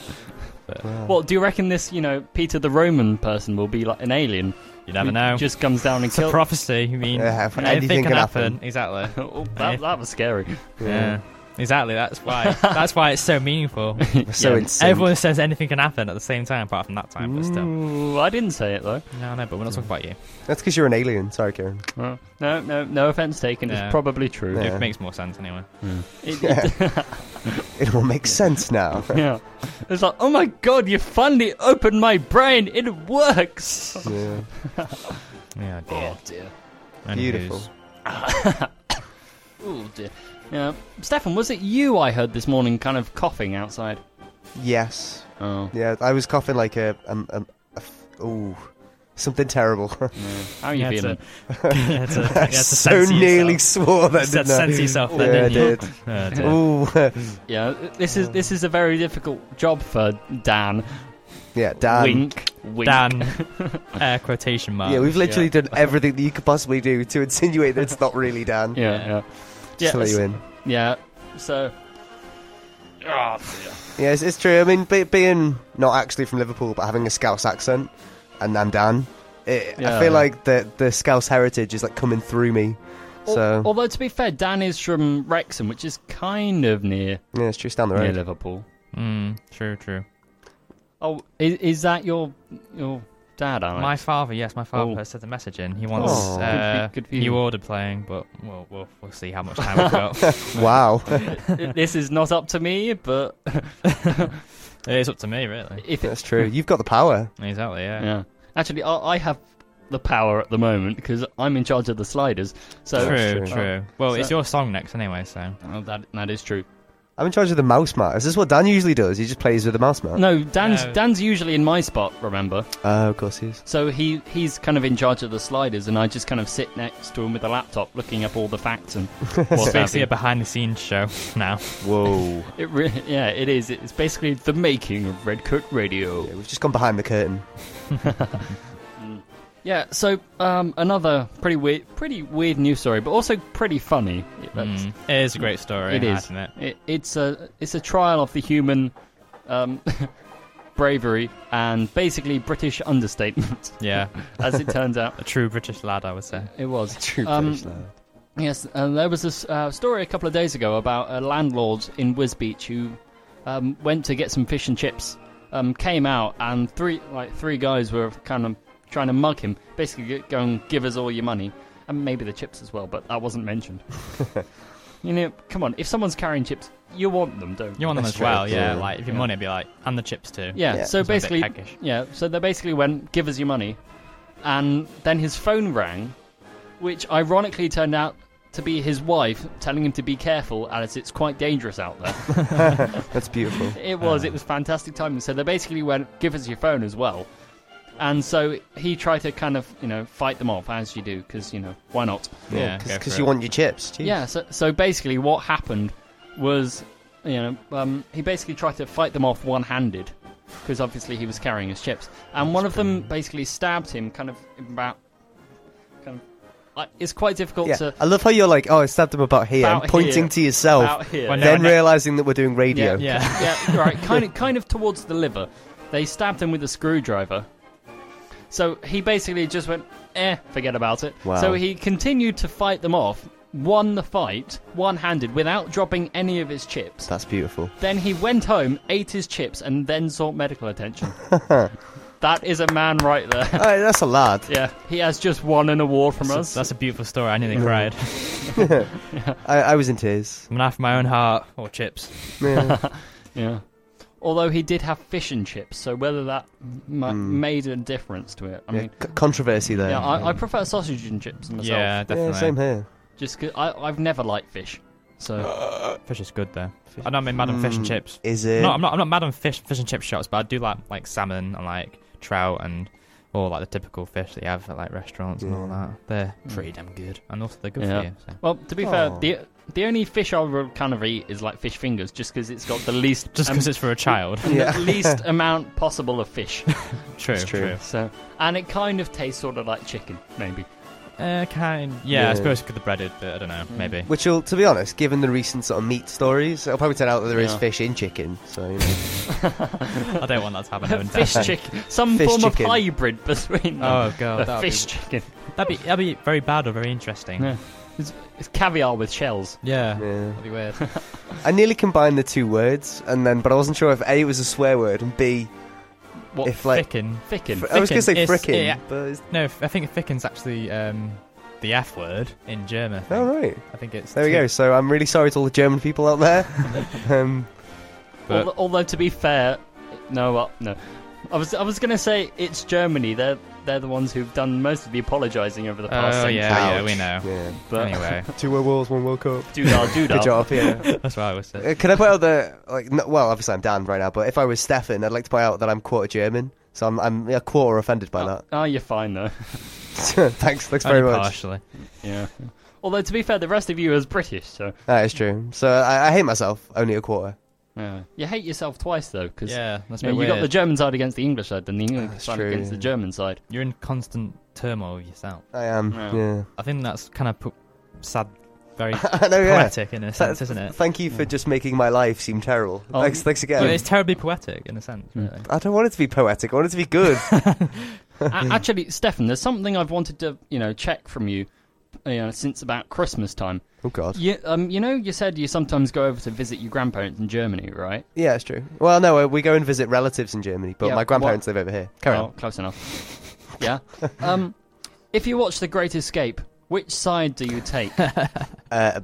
Speaker 4: Wow.
Speaker 1: Well, do you reckon this, you know, Peter the Roman person will be like an alien?
Speaker 3: You never
Speaker 1: who
Speaker 3: know.
Speaker 1: Just comes down and
Speaker 3: it's a
Speaker 1: kills.
Speaker 3: prophecy. I mean,
Speaker 4: Yeah, if
Speaker 3: anything
Speaker 4: anything
Speaker 3: can
Speaker 4: can
Speaker 3: happen.
Speaker 4: happen.
Speaker 3: Exactly.
Speaker 1: oh, that, that was scary.
Speaker 3: Yeah. Exactly. That's why. that's why it's so meaningful.
Speaker 4: So Mm.
Speaker 1: Yeah.
Speaker 4: insane.
Speaker 3: Everyone says anything can happen at the same time, apart from that time. But still,
Speaker 1: Ooh, I didn't say it though.
Speaker 3: no, no. But we're not talking about you.
Speaker 4: That's because you're an alien. Sorry, Karen.
Speaker 1: No, no, no offense taken.
Speaker 3: No.
Speaker 1: It's probably true.
Speaker 4: Yeah.
Speaker 3: It makes more sense anyway.
Speaker 1: It- it-
Speaker 4: Yeah. it all makes sense now.
Speaker 1: yeah. It's like, oh my god, you finally opened my brain. It works. Oh,
Speaker 4: yeah.
Speaker 3: Yeah, dear.
Speaker 1: dear.
Speaker 3: Anywho's.
Speaker 4: Oh, Beautiful.
Speaker 1: Oh dear. Yeah. Stefan, was it you I heard this morning kind of coughing outside?
Speaker 4: Yes.
Speaker 1: Oh.
Speaker 4: Yeah, I was coughing like a um um a f- ooh something terrible.
Speaker 1: How are you
Speaker 3: Yeah, it's
Speaker 1: feeling?
Speaker 3: a- yeah, it's a- yeah, it's a
Speaker 4: so
Speaker 3: sense of
Speaker 4: nearly
Speaker 3: yourself.
Speaker 4: swore that
Speaker 3: Sen-
Speaker 4: didn't I?
Speaker 3: sense yourself then,
Speaker 4: yeah, I
Speaker 3: didn't you?
Speaker 4: did.
Speaker 3: Oh, dear.
Speaker 4: Ooh,
Speaker 1: Yeah, this is this is a very difficult job for Dan.
Speaker 4: yeah, Dan.
Speaker 1: wink, wink.
Speaker 3: Dan, air quotation mark.
Speaker 4: Yeah, we've literally
Speaker 1: Yeah.
Speaker 4: done everything that you could possibly do to insinuate that it's not really Dan.
Speaker 1: Yeah, yeah.
Speaker 4: Just to let
Speaker 1: it's-
Speaker 4: you in.
Speaker 1: Yeah. So Oh,
Speaker 3: Ah.
Speaker 1: dear.
Speaker 4: Yeah, it's, it's true. I mean, be, being not actually from Liverpool, but having a Scouse accent, and I'm Dan, it,
Speaker 1: Yeah.
Speaker 4: I feel like the the Scouse heritage is like coming through me.
Speaker 1: Al-
Speaker 4: So
Speaker 1: Although, to be fair, Dan is from Wrexham, which is kind of near,
Speaker 4: yeah, it's true. It's down the
Speaker 1: near
Speaker 4: road.
Speaker 1: Liverpool.
Speaker 3: Mm, true, true.
Speaker 1: Oh, is, is that your your dad, Alex?
Speaker 3: My father, yes, my father
Speaker 1: Oh.
Speaker 3: sent the message in. He wants
Speaker 4: Oh.
Speaker 3: uh,
Speaker 1: Good for- good for
Speaker 3: he
Speaker 1: you.
Speaker 3: ordered playing, but we'll, we'll we'll see how much time we've got.
Speaker 4: Wow.
Speaker 1: this is not up to me, but
Speaker 3: it's up to me, really.
Speaker 1: if it's
Speaker 4: That's true. You've got the power.
Speaker 3: Exactly, yeah.
Speaker 1: yeah, actually, I, I have the power at the moment because I'm in charge of the sliders. So
Speaker 4: That's
Speaker 3: True,
Speaker 4: true.
Speaker 3: true. Well, it's
Speaker 1: So-
Speaker 3: your song next anyway, so.
Speaker 1: Oh, that that is true.
Speaker 4: I'm in charge of the mouse mat. Is this what Dan usually does? He just plays with the mouse mat.
Speaker 1: No, Dan's
Speaker 3: No.
Speaker 1: Dan's usually in my spot. Remember,
Speaker 4: Oh, of course he is.
Speaker 1: so he he's kind of in charge of the sliders, and I just kind of sit next to him with a laptop, looking up all the facts and
Speaker 3: It's
Speaker 1: what's
Speaker 3: basically a behind the scenes show now.
Speaker 4: Whoa.
Speaker 1: It re- yeah, it is. It's basically the making of Red Coat Radio.
Speaker 4: Yeah, we've just gone behind the curtain.
Speaker 1: Yeah. So um, another pretty weird, pretty weird news story, but also pretty funny. That's-
Speaker 3: Mm. It is a great story,
Speaker 1: It is.
Speaker 3: isn't it?
Speaker 1: It, it's a it's a trial of the human um, bravery and basically British understatement,
Speaker 3: Yeah.
Speaker 1: as it turns out.
Speaker 3: A true British lad, I would say.
Speaker 1: It was.
Speaker 4: True
Speaker 1: Um,
Speaker 4: British lad.
Speaker 1: Yes, and there was this uh, story a couple of days ago about a landlord in Wisbeach who um, went to get some fish and chips, um, came out, and three like three guys were kind of trying to mug him, basically g- going, "Give us all your money and maybe the chips as well," but that wasn't mentioned. you know, come on, if someone's carrying chips, you want them, don't
Speaker 3: You want them
Speaker 4: That's
Speaker 3: as well,
Speaker 4: true.
Speaker 3: yeah.
Speaker 4: Yeah.
Speaker 3: Like, if your
Speaker 1: Yeah.
Speaker 3: money, it'd be like, and the chips too.
Speaker 1: Yeah,
Speaker 4: Yeah.
Speaker 1: so
Speaker 3: It's a bit
Speaker 1: basically,
Speaker 3: peckish.
Speaker 1: yeah, so they basically went, give us your money. And then his phone rang, which ironically turned out to be his wife telling him to be careful as it's quite dangerous out there.
Speaker 4: That's beautiful.
Speaker 1: it was, it was fantastic timing. So they basically went, give us your phone as well. And so he tried to kind of, you know, fight them off as you do, because, you know, why not?
Speaker 3: Yeah, go
Speaker 4: because
Speaker 3: for
Speaker 4: you
Speaker 3: it.
Speaker 4: want your chips. Jeez.
Speaker 1: Yeah, so, so basically what happened was, you know, um, he basically tried to fight them off one handed because obviously he was carrying his chips. And one of them basically stabbed him kind of about. Kind of, I it's quite difficult
Speaker 4: Yeah.
Speaker 1: to.
Speaker 4: I love how you're like, oh, I stabbed him about here,
Speaker 1: About
Speaker 4: and pointing
Speaker 1: here.
Speaker 4: to yourself,
Speaker 1: About here.
Speaker 3: Well, no,
Speaker 4: then
Speaker 3: no.
Speaker 4: realizing that we're doing radio.
Speaker 1: Yeah.
Speaker 3: Yeah.
Speaker 1: yeah, right, kind of, kind of towards the liver. They stabbed him with a screwdriver. So he basically just went, eh, forget about it.
Speaker 4: Wow.
Speaker 1: So he continued to fight them off, won the fight, one handed, without dropping any of his chips.
Speaker 4: That's beautiful.
Speaker 1: Then he went home, ate his chips, and then sought medical attention. that is a man right there.
Speaker 4: All right, that's a lad.
Speaker 1: Yeah, he has just won an award from
Speaker 3: That's
Speaker 1: us.
Speaker 3: a, that's a beautiful story. I nearly cried. I'm
Speaker 4: I, I was in tears.
Speaker 3: an half my own heart or chips.
Speaker 4: Yeah.
Speaker 1: yeah. Although he did have fish and chips, so whether that ma- made a difference to it, I
Speaker 4: Yeah,
Speaker 1: mean,
Speaker 4: c- controversy there.
Speaker 1: yeah, I, I prefer sausage and chips myself.
Speaker 3: Yeah,
Speaker 4: Yeah,
Speaker 3: definitely.
Speaker 4: same here.
Speaker 1: Just 'cause I, I've never liked fish, so
Speaker 3: Fish is good though. I know I'm in mad on fish and
Speaker 4: Uh, Mm,
Speaker 3: chips.
Speaker 4: Is it?
Speaker 3: No, I'm not. I'm not mad on fish, fish and chip shops, but I do like like salmon and like trout and all like the typical fish that you have at like restaurants and all
Speaker 4: Yeah. Mm.
Speaker 3: that. They're pretty damn good, and also they're good
Speaker 1: Yeah.
Speaker 3: for you. So.
Speaker 1: well, to be
Speaker 4: Aw.
Speaker 1: fair, the the only fish I would kind of eat is like fish fingers, just because it's got the least
Speaker 3: Just
Speaker 1: um,
Speaker 3: because it's for a child.
Speaker 1: the
Speaker 4: Yeah.
Speaker 1: least amount possible of fish.
Speaker 3: true,
Speaker 4: It's true.
Speaker 3: true.
Speaker 1: So, and it kind of tastes sort of like chicken, maybe.
Speaker 3: Uh, kind. Yeah,
Speaker 4: Yeah. Mm.
Speaker 3: I suppose it could have breaded, but I don't know. Maybe.
Speaker 4: Which will, to be honest, given the recent sort of meat stories, it'll probably turn out that there is
Speaker 1: Yeah.
Speaker 4: fish in chicken. So you know.
Speaker 3: I don't want that to happen. I wouldn't
Speaker 1: Fish
Speaker 3: dare.
Speaker 1: chicken, some
Speaker 4: Fish
Speaker 1: form
Speaker 4: chicken.
Speaker 1: of hybrid between them.
Speaker 3: Oh god,
Speaker 1: A
Speaker 3: that'd
Speaker 1: fish
Speaker 3: Be,
Speaker 1: chicken.
Speaker 3: that'd be that'd be very bad or very interesting.
Speaker 1: Yeah. It's, it's caviar with shells.
Speaker 3: Yeah.
Speaker 4: Yeah.
Speaker 3: That'd be weird.
Speaker 4: I nearly combined the two words, and then, but I wasn't sure if a it was a swear word and b
Speaker 1: What?
Speaker 4: if like
Speaker 3: Thicken.
Speaker 1: Thicken.
Speaker 4: fr- I was gonna
Speaker 3: Thicken
Speaker 4: say
Speaker 3: is-
Speaker 4: frickin',
Speaker 3: yeah.
Speaker 4: but it's,
Speaker 3: No, f- I think thicken's actually um, the F word in German. I think,
Speaker 4: all right,
Speaker 3: I think it's.
Speaker 4: Oh, there we
Speaker 3: thick,
Speaker 4: go. So I'm really sorry to all the German people out there. um,
Speaker 3: but-
Speaker 1: Although, although to be fair, no, well, no. I was I was gonna say it's Germany. They're they're the ones who've done most of the apologising over the past.
Speaker 3: Oh
Speaker 1: century,
Speaker 3: yeah, yeah, we know.
Speaker 4: yeah,
Speaker 1: But
Speaker 3: Anyway,
Speaker 4: two World Wars, one World Cup.
Speaker 1: doodah doodah.
Speaker 4: Good job, yeah.
Speaker 3: that's what I was saying.
Speaker 4: Uh, Can I put out the like? No, well, obviously I'm Dan right now, but if I was Stefan, I'd like to point out that I'm quarter German, so I'm I'm a quarter offended by
Speaker 1: Oh, oh, you're fine though.
Speaker 4: that. thanks, thanks
Speaker 3: Only
Speaker 4: very much.
Speaker 3: partially.
Speaker 1: Yeah. Although to be fair, the rest of you is British, so
Speaker 4: That is true. So I, I hate myself. Only a quarter.
Speaker 1: yeah. you hate yourself twice though, because
Speaker 3: Yeah, that's a
Speaker 1: you, know,
Speaker 3: bit
Speaker 1: you
Speaker 3: weird.
Speaker 1: got the German side against the English side, then the English
Speaker 4: That's
Speaker 1: side
Speaker 4: true,
Speaker 1: against
Speaker 4: yeah.
Speaker 1: the German side.
Speaker 3: You're in constant turmoil with yourself.
Speaker 4: I am.
Speaker 1: Yeah.
Speaker 4: Yeah.
Speaker 3: I think that's kind of put sad very
Speaker 4: I know, yeah.
Speaker 3: poetic in a
Speaker 4: Th-
Speaker 3: sense, isn't it?
Speaker 4: Thank you for just making my life seem terrible.
Speaker 1: Oh,
Speaker 4: thanks, thanks again.
Speaker 3: But it's terribly poetic in a sense,
Speaker 1: Mm.
Speaker 3: really.
Speaker 4: I don't want it to be poetic. I want it to be good.
Speaker 1: A- actually, Stefan, there's something I've wanted to you know check from you, you know, since about Christmas time.
Speaker 4: oh God.
Speaker 1: You, um, you know, you said you sometimes go over to visit your grandparents in Germany, right?
Speaker 4: Yeah, it's true. Well, no, uh, we go and visit relatives in Germany, but
Speaker 1: Yeah,
Speaker 4: my
Speaker 1: what-
Speaker 4: grandparents live over here. Carry
Speaker 1: Oh, close enough. yeah. Um, if you watch The Great Escape, which side do you take?
Speaker 3: Oh.
Speaker 4: on. Uh,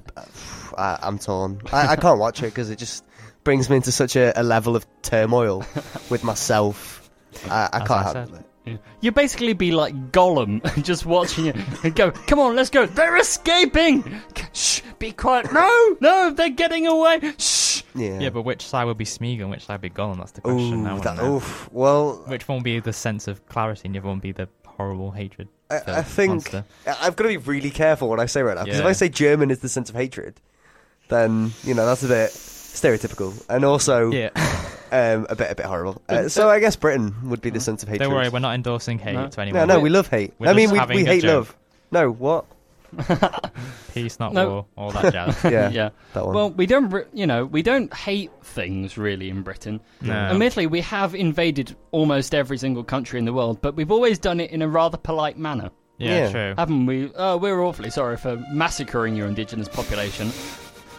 Speaker 4: I, I'm torn. I, I can't watch it because it just brings me into such a, a level of turmoil with myself. I, I
Speaker 3: As
Speaker 4: can't
Speaker 3: I
Speaker 4: handle it.
Speaker 1: you basically be like Gollum, just watching it and go, "Come on, let's go! They're escaping! Shh, be quiet! No, no, they're getting away! Shh!"
Speaker 4: Yeah.
Speaker 3: Yeah, but which side would be Smeagol and which side would be Gollum? That's the question. I
Speaker 4: Ooh,
Speaker 3: wanna
Speaker 4: that,
Speaker 3: know.
Speaker 4: oof. Well,
Speaker 3: Which one would be the sense of clarity and the other one would be the horrible hatred?
Speaker 4: I,
Speaker 3: for
Speaker 4: I think
Speaker 3: monster?
Speaker 4: I- I've got to be really careful what I say right now because if I
Speaker 3: Yeah.
Speaker 4: say German is the sense of hatred, then you know that's a bit stereotypical and also
Speaker 3: Yeah,
Speaker 4: um, a bit a bit horrible. Uh, so I guess Britain would be the sense of hatred.
Speaker 3: don't worry, we're not endorsing hate
Speaker 1: No.
Speaker 3: to anyone.
Speaker 4: no, no,
Speaker 3: We're-
Speaker 4: we love hate.
Speaker 3: we're
Speaker 4: I mean,
Speaker 3: just
Speaker 4: we,
Speaker 3: having
Speaker 4: we
Speaker 3: a
Speaker 4: hate
Speaker 3: joke.
Speaker 4: love. No, what?
Speaker 3: peace, not
Speaker 1: No.
Speaker 3: war, all that jazz.
Speaker 4: Yeah,
Speaker 1: yeah.
Speaker 4: that one.
Speaker 1: Well, we don't, re- you know, we don't hate things really in Britain.
Speaker 3: No.
Speaker 1: Admittedly, we have invaded almost every single country in the world, but we've always done it in a rather polite manner,
Speaker 3: yeah,
Speaker 4: Yeah.
Speaker 3: true.
Speaker 1: haven't we? Oh, we're awfully sorry for massacring your indigenous population.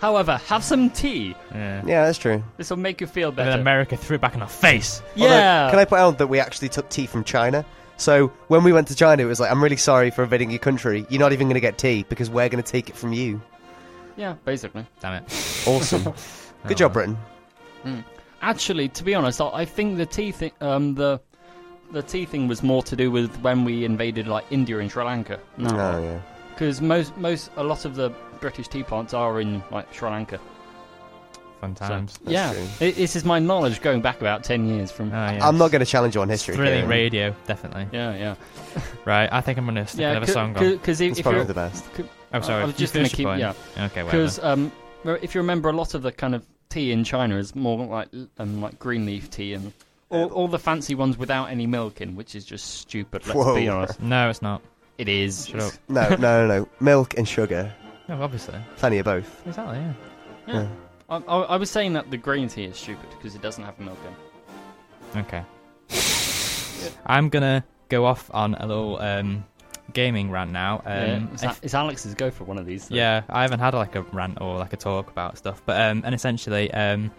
Speaker 1: However, have some tea.
Speaker 3: Yeah.
Speaker 4: yeah, that's true.
Speaker 1: This will make you feel
Speaker 3: And then
Speaker 1: better.
Speaker 3: America threw it back in our face.
Speaker 4: Although,
Speaker 1: yeah.
Speaker 4: can I point out that we actually took tea from China? So when we went to China, it was like, I'm really sorry for invading your country. You're not even going to get tea because we're going to take it from you.
Speaker 1: Yeah, basically.
Speaker 3: Damn it.
Speaker 4: Awesome. Good
Speaker 3: Oh,
Speaker 4: job,
Speaker 3: well.
Speaker 4: Britain.
Speaker 1: Actually, to be honest, I- I think the tea thing, um, the the tea thing was more to do with when we invaded like India and Sri Lanka.
Speaker 4: Oh, yeah.
Speaker 1: because most most a lot of the British tea plants are in like Sri Lanka.
Speaker 3: Fun times.
Speaker 1: So, yeah,
Speaker 4: true.
Speaker 1: it, this is my knowledge going back about ten years from.
Speaker 3: Oh, yeah.
Speaker 4: Hmm. I'm not going to challenge you on history.
Speaker 3: Thrilling
Speaker 4: Kieran.
Speaker 3: radio, definitely.
Speaker 1: yeah, yeah,
Speaker 3: Right, I think I'm gonna stick
Speaker 1: yeah.
Speaker 3: another song on.
Speaker 1: Because if,
Speaker 4: It's
Speaker 1: if
Speaker 4: probably
Speaker 1: you're
Speaker 4: the best.
Speaker 3: Oh, sorry.
Speaker 1: I was
Speaker 3: you
Speaker 1: just gonna
Speaker 3: finish
Speaker 1: keep-
Speaker 3: your point.
Speaker 1: yeah.
Speaker 3: Okay, whatever.
Speaker 1: because um, re- if you remember, a lot of the kind of tea in China is more like um, like green leaf tea and all, all the fancy ones without any milk in, which is just stupid. Let's
Speaker 4: Whoa.
Speaker 1: be honest,
Speaker 3: No, it's not.
Speaker 1: it is.
Speaker 3: Shut up.
Speaker 4: No, no, no, no. Milk and sugar.
Speaker 3: No, obviously.
Speaker 4: Plenty of both.
Speaker 3: Exactly. Yeah.
Speaker 1: Yeah.
Speaker 4: Yeah.
Speaker 1: I, I, I was saying that the green tea is stupid because it doesn't have milk
Speaker 3: Um,
Speaker 1: in. it.
Speaker 3: Okay. I'm gonna go off on a little um, gaming rant now. Um,
Speaker 1: yeah, it's,
Speaker 3: if-
Speaker 1: Al- it's Alex's go for one of these. though.
Speaker 3: yeah, I haven't had like a rant or like a talk about stuff, but um, and essentially, um,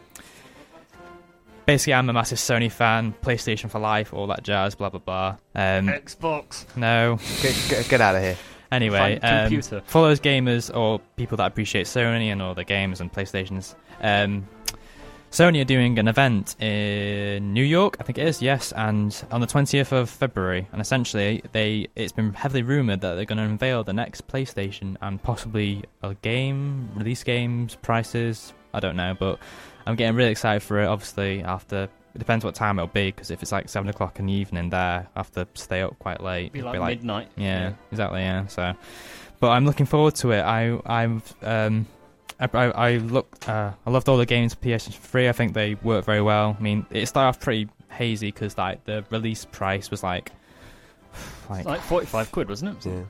Speaker 3: basically, I'm a massive Sony fan, PlayStation for life, all that jazz, blah blah blah. Um,
Speaker 1: Xbox.
Speaker 3: no,
Speaker 4: Get, get, get out of here.
Speaker 3: anyway,
Speaker 1: Fine,
Speaker 3: um,
Speaker 1: computer.
Speaker 3: for those gamers or people that appreciate Sony and all their games and PlayStations, um, Sony are doing an event in New York, I think it is, yes, and on the 20th of February. And essentially, they it's been heavily rumored that they're going to unveil the next PlayStation and possibly a game, release games, prices. I don't know, but I'm getting really excited for it. Obviously, after it depends what time it'll be, because if it's like seven o'clock in the evening, there, I have to stay up quite late.
Speaker 1: Be
Speaker 3: It'll
Speaker 1: like, midnight.
Speaker 3: yeah, exactly. Yeah. So, but I'm looking forward to it. I I'm um. I, I, I looked. Uh, I loved all the games PS3. I think they work very well. I mean, it started off pretty hazy because like the release price was like,
Speaker 1: It's
Speaker 3: like,
Speaker 1: like forty-five quid, wasn't it?
Speaker 4: Yeah.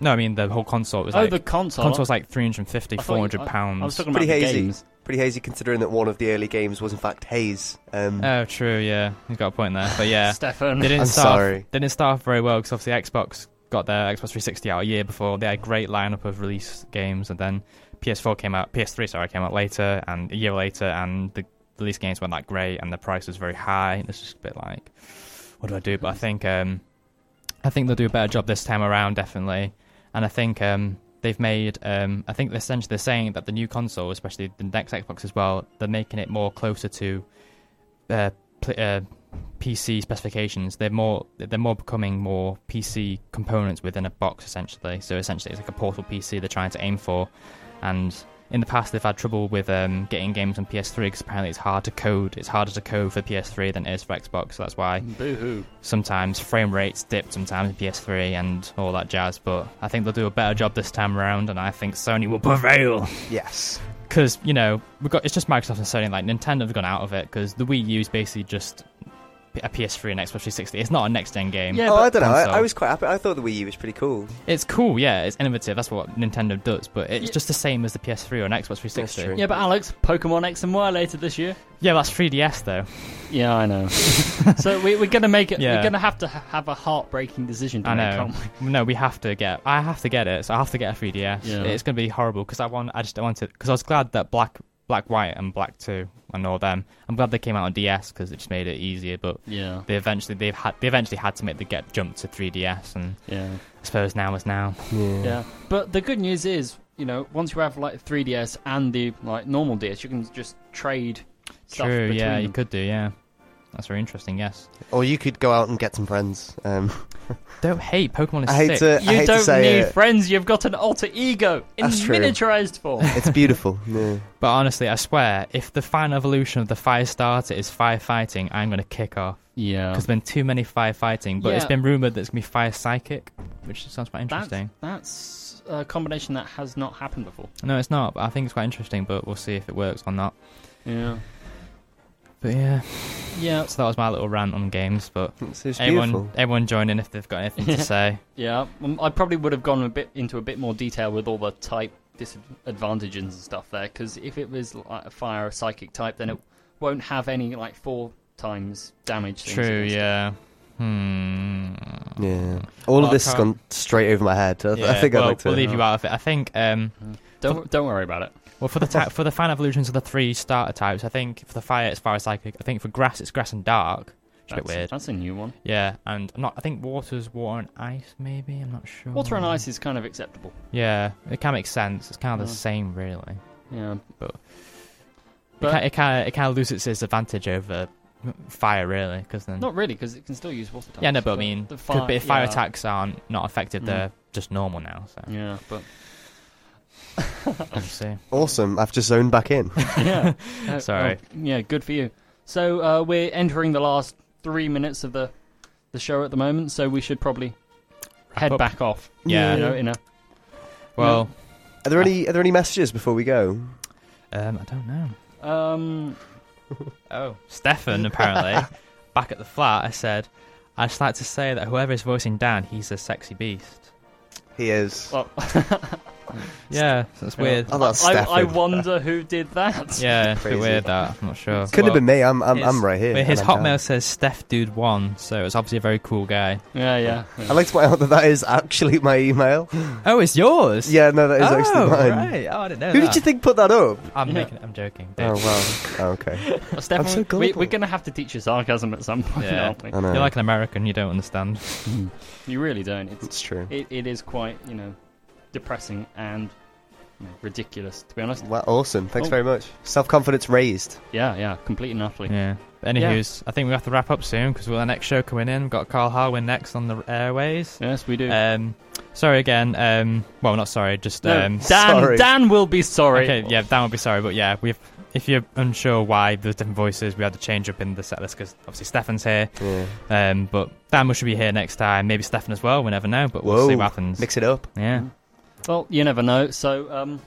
Speaker 3: no, I mean the whole console was
Speaker 1: oh,
Speaker 3: like
Speaker 1: the console.
Speaker 3: console was like 350,
Speaker 1: I thought you-
Speaker 3: 400
Speaker 1: I was
Speaker 3: pounds.
Speaker 1: talking
Speaker 4: Pretty
Speaker 1: about the
Speaker 4: hazy.
Speaker 1: games.
Speaker 4: Pretty hazy considering that one of the early games was in fact haze. Um,
Speaker 3: Oh, true. Yeah, he's got a point there. But yeah,
Speaker 1: Stefan.
Speaker 3: They didn't
Speaker 4: I'm
Speaker 3: start.
Speaker 4: sorry.
Speaker 3: They didn't start very well because obviously Xbox got their Xbox 360 out a year before. They had a great lineup of release games, and then PS4 came out. PS3, sorry, came out later, and a year later, and the release games weren't that great, and the price was very high. And it's just a bit like, what do I do? But I think, um, I think they'll do a better job this time around, definitely. And I think um, they've made. Um, I think essentially they're saying that the new console, especially the next Xbox as well, they're making it more closer to uh, pl- uh, PC specifications. They're more they're more becoming more PC components within a box essentially. So essentially, it's like a portable PC they're trying to aim for. And in the past, they've had trouble with um, getting games on PS3 because apparently it's hard to code. It's harder to code for PS3 than it is for Xbox. So that's why
Speaker 1: Boo-hoo.
Speaker 3: sometimes frame rates dip sometimes in PS3 and all that jazz. But I think they'll do a better job this time around, and I think Sony will prevail
Speaker 4: Yes.
Speaker 3: because you know we have got it's just Microsoft and Sony. Like Nintendo's gone out of it because the Wii U's basically just P- a PS3 and Xbox 360. It's not a next gen game.
Speaker 1: Yeah,
Speaker 4: oh,
Speaker 1: but
Speaker 4: I don't know. I,
Speaker 3: console.
Speaker 4: I was quite happy. I thought the Wii U was pretty cool.
Speaker 3: It's cool, yeah. It's innovative. That's what Nintendo does, but it's
Speaker 1: Yeah.
Speaker 3: just the same as the PS3 or an Xbox 360.
Speaker 4: true.
Speaker 1: Yeah, but Alex, Pokemon X and Y later this year.
Speaker 3: Yeah, that's 3DS though.
Speaker 1: Yeah, I know. so we, we're gonna make it.
Speaker 3: Yeah.
Speaker 1: We're gonna have to ha- have a heartbreaking decision to
Speaker 3: I
Speaker 1: make.
Speaker 3: know.
Speaker 1: Can't we?
Speaker 3: No, we have to get. I have to get it. So I have to get a 3DS.
Speaker 1: Yeah.
Speaker 3: It's gonna be horrible because I want. I just don't want it. Because I was glad that Black, Black White, and Black Two and all them. I'm glad they came out on DS because it just made it easier. But
Speaker 1: Yeah,
Speaker 3: they eventually they've had they eventually had to make the get jump to 3DS, and
Speaker 1: yeah,
Speaker 3: I suppose now is now.
Speaker 4: Yeah.
Speaker 1: yeah. But the good news is, you know, once you have like 3DS and the like normal DS, you can just trade stuff
Speaker 3: True.
Speaker 1: between
Speaker 3: Yeah, you
Speaker 1: them.
Speaker 3: could do. Yeah, that's very interesting. Yes.
Speaker 4: Or you could go out and get some friends. Um,
Speaker 3: Don't hate Pokemon. Is
Speaker 4: I
Speaker 3: sick.
Speaker 4: hate to. I
Speaker 1: You
Speaker 4: hate
Speaker 1: don't
Speaker 4: to say
Speaker 1: need
Speaker 4: it.
Speaker 1: friends. You've got an alter ego in
Speaker 4: That's true.
Speaker 1: miniaturized form.
Speaker 4: It's beautiful. Yeah.
Speaker 3: But honestly, I swear, if the final evolution of the fire starter is fire fighting, I'm gonna kick off.
Speaker 1: yeah,
Speaker 3: There's been too many fire fighting, but
Speaker 1: Oh.
Speaker 3: it's
Speaker 1: Yeah.
Speaker 3: been rumored that it's gonna be fire psychic, which sounds quite interesting.
Speaker 1: that's a combination that has not happened before.
Speaker 3: No, it's not. But I think it's quite interesting. But we'll see if it works or not.
Speaker 1: Yeah,
Speaker 3: But yeah,
Speaker 1: yeah,
Speaker 3: so that was my little rant on games. But
Speaker 4: It's, it's beautiful.
Speaker 3: everyone, everyone join in if they've got anything to say.
Speaker 1: yeah. Um, I probably would have gone a bit into a bit more detail with all the type disadvantages and stuff there, because if it was like a fire or psychic type, then it won't have any like four times damage. things
Speaker 3: True.
Speaker 1: against it.
Speaker 3: Yeah. Hmm.
Speaker 4: Yeah. All
Speaker 3: Well,
Speaker 4: of
Speaker 3: I
Speaker 4: this has
Speaker 3: can't-
Speaker 4: gone straight over my head. I, I
Speaker 3: Yeah,
Speaker 4: think
Speaker 3: well,
Speaker 4: I'd like to.
Speaker 3: we'll leave you out of it. I think. Um,
Speaker 1: Don't don't worry about it.
Speaker 3: well, for the ta- for the fan evolutions of the three starter types, I think for the fire it's fire psychic. I think for grass it's grass and dark. It's a bit
Speaker 1: That's,
Speaker 3: weird.
Speaker 1: that's a new one.
Speaker 3: Yeah, and I'm not. I think water's water and ice. Maybe I'm not sure.
Speaker 1: Water and ice is kind of acceptable.
Speaker 3: Yeah, it can make sense. It's kind of the
Speaker 1: Mm.
Speaker 3: same, really. Mm.
Speaker 1: Yeah,
Speaker 3: it
Speaker 1: But-
Speaker 3: can, it can it can loses its advantage over fire, really, because then.
Speaker 1: not really, because it can still use water. Types,
Speaker 3: yeah, no, but I mean,
Speaker 1: the
Speaker 3: fire, if fire
Speaker 1: yeah.
Speaker 3: attacks aren't not effective,
Speaker 1: Mm.
Speaker 3: they're just normal now. So
Speaker 1: Yeah, but
Speaker 3: we'll see.
Speaker 4: Awesome. I've just zoned back in.
Speaker 1: yeah. Uh,
Speaker 3: Sorry.
Speaker 1: oh, yeah, good for you. So uh, we're entering the last three minutes of the the show at the moment, so we should probably head
Speaker 3: up.
Speaker 1: back off.
Speaker 3: Yeah.
Speaker 1: You know, in a
Speaker 3: Well,
Speaker 4: Are there any? Are there any messages before we go?
Speaker 3: um, I don't know.
Speaker 1: um,
Speaker 3: Oh, Stefan apparently back at the flat. I said, I just like to say that whoever is voicing Dan, he's a sexy beast.
Speaker 4: He is.
Speaker 1: well,
Speaker 3: Yeah, that's
Speaker 1: Yeah.
Speaker 3: weird.
Speaker 4: Oh, that's
Speaker 1: I, I
Speaker 4: Stefan.
Speaker 1: wonder who did that.
Speaker 3: Yeah, it's a bit
Speaker 4: Crazy.
Speaker 3: weird that. I'm not sure.
Speaker 4: Couldn't
Speaker 3: Well,
Speaker 4: have been me. I'm. I'm,
Speaker 3: his-
Speaker 4: I'm right here.
Speaker 3: But his
Speaker 4: and I'm
Speaker 3: hotmail says Steph Dude One, so it's obviously a very cool guy.
Speaker 1: yeah, yeah. yeah.
Speaker 4: down. I'd like to point out that that is actually my email.
Speaker 3: Oh, it's yours.
Speaker 4: Yeah, no, that is
Speaker 3: oh,
Speaker 4: actually mine.
Speaker 3: Right. Oh, I didn't know
Speaker 4: Who
Speaker 3: that.
Speaker 4: did you think put that up?
Speaker 3: I'm
Speaker 1: Yeah.
Speaker 3: making. I'm joking.
Speaker 4: Oh
Speaker 3: bitch.
Speaker 4: wow. Oh, okay.
Speaker 1: Well, Uh, Stefan,
Speaker 4: I'm so
Speaker 1: we,
Speaker 4: gullible.
Speaker 1: we're going to have to teach you sarcasm at some point,
Speaker 3: Yeah.
Speaker 1: aren't we?
Speaker 4: I know.
Speaker 3: You're like an American. You don't understand.
Speaker 4: Um,
Speaker 1: You really don't. It's
Speaker 4: it's true.
Speaker 1: it, it is quite you know depressing and you know, ridiculous to be honest.
Speaker 4: Wow, awesome. Thanks
Speaker 1: Oh.
Speaker 4: very much. Self confidence raised.
Speaker 1: Yeah, yeah, complete and utterly.
Speaker 3: Yeah. But anywho's, I think we have to wrap up soon because we'll the next show coming in. We've got Carl Harwin next on the airways.
Speaker 1: Yes, we do.
Speaker 3: Um, sorry again. Um, well, not sorry. Just
Speaker 1: no,
Speaker 3: um,
Speaker 1: Dan,
Speaker 4: sorry.
Speaker 1: Dan will be sorry.
Speaker 3: okay. Yeah, Dan would be sorry, but yeah, we've. If you're unsure why there's different voices, we had to change up in the set list because obviously Stefan's here.
Speaker 4: Yeah.
Speaker 3: Um, but Dan should be here next time. Maybe Stefan as well. We never know, but we'll
Speaker 4: Whoa.
Speaker 3: see what happens.
Speaker 4: Mix it up.
Speaker 3: Yeah.
Speaker 1: Well, you never know. So, um,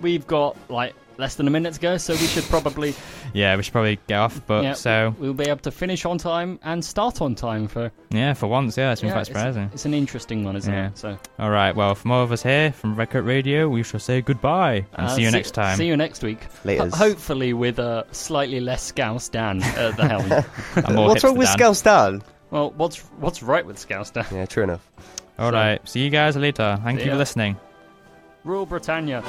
Speaker 1: we've got like less than a minute to go, so we should probably
Speaker 3: Yeah, we should probably get off. But
Speaker 1: yeah,
Speaker 3: so
Speaker 1: we'll be able to finish on time and start on time for.
Speaker 3: yeah, for once, yeah, it's been
Speaker 1: Yeah,
Speaker 3: quite surprising.
Speaker 1: It's an interesting one, isn't
Speaker 3: Yeah.
Speaker 1: it? So,
Speaker 3: All right, well, from all of us here from Red Coat Radio, we shall say goodbye and
Speaker 1: uh,
Speaker 3: see you next time.
Speaker 1: See you next week.
Speaker 4: Later.
Speaker 1: Ho- hopefully, with a slightly less scouse Dan at the helm.
Speaker 3: And more
Speaker 4: What's
Speaker 3: hipster
Speaker 4: wrong with
Speaker 3: Dan.
Speaker 4: Scouse Dan?
Speaker 1: well, what's what's right with scouse Dan?
Speaker 4: Yeah, true enough.
Speaker 3: All right, see you guys later. Thank
Speaker 1: See
Speaker 3: you
Speaker 1: ya.
Speaker 3: for listening.
Speaker 1: Rule Britannia.